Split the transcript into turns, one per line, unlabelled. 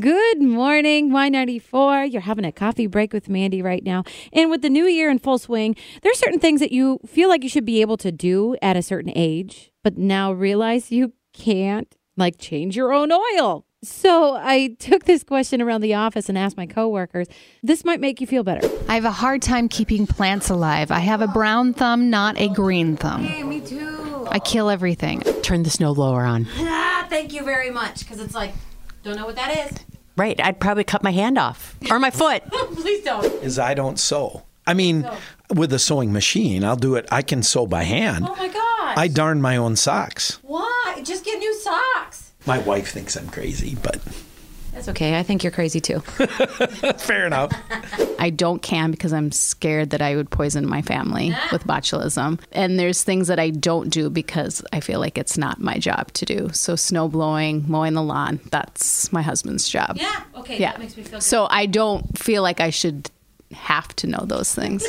Good morning, Y94. You're having a coffee break with Mandy right now. And with the new year in full swing, there's certain things that you feel like you should be able to do at a certain age, but now realize you can't, like change your own oil. So I took this question around the office and asked my coworkers. This might make you feel better.
I have a hard time keeping plants alive. I have a brown thumb, not a green thumb. Hey, me too. I kill everything.
Turn the snow blower on.
Ah, thank you very much. Because it's like, don't know what that is.
Right, I'd probably cut my hand off or my foot.
Please don't.
is I don't sew. I mean, with a sewing machine, I'll do it. I can sew by hand.
Oh my gosh.
I darn my own socks.
Why? Just get new socks.
My wife thinks I'm crazy, but
That's okay. I think you're crazy too.
fair enough.
I don't can because I'm scared that I would poison my family
Ah.
with botulism. And there's things that I don't do because I feel like it's not my job to do. So snow blowing, mowing the lawn, that's my husband's job.
Yeah. Okay.
Yeah.
That makes me feel good.
So I don't feel like I should have to know those things.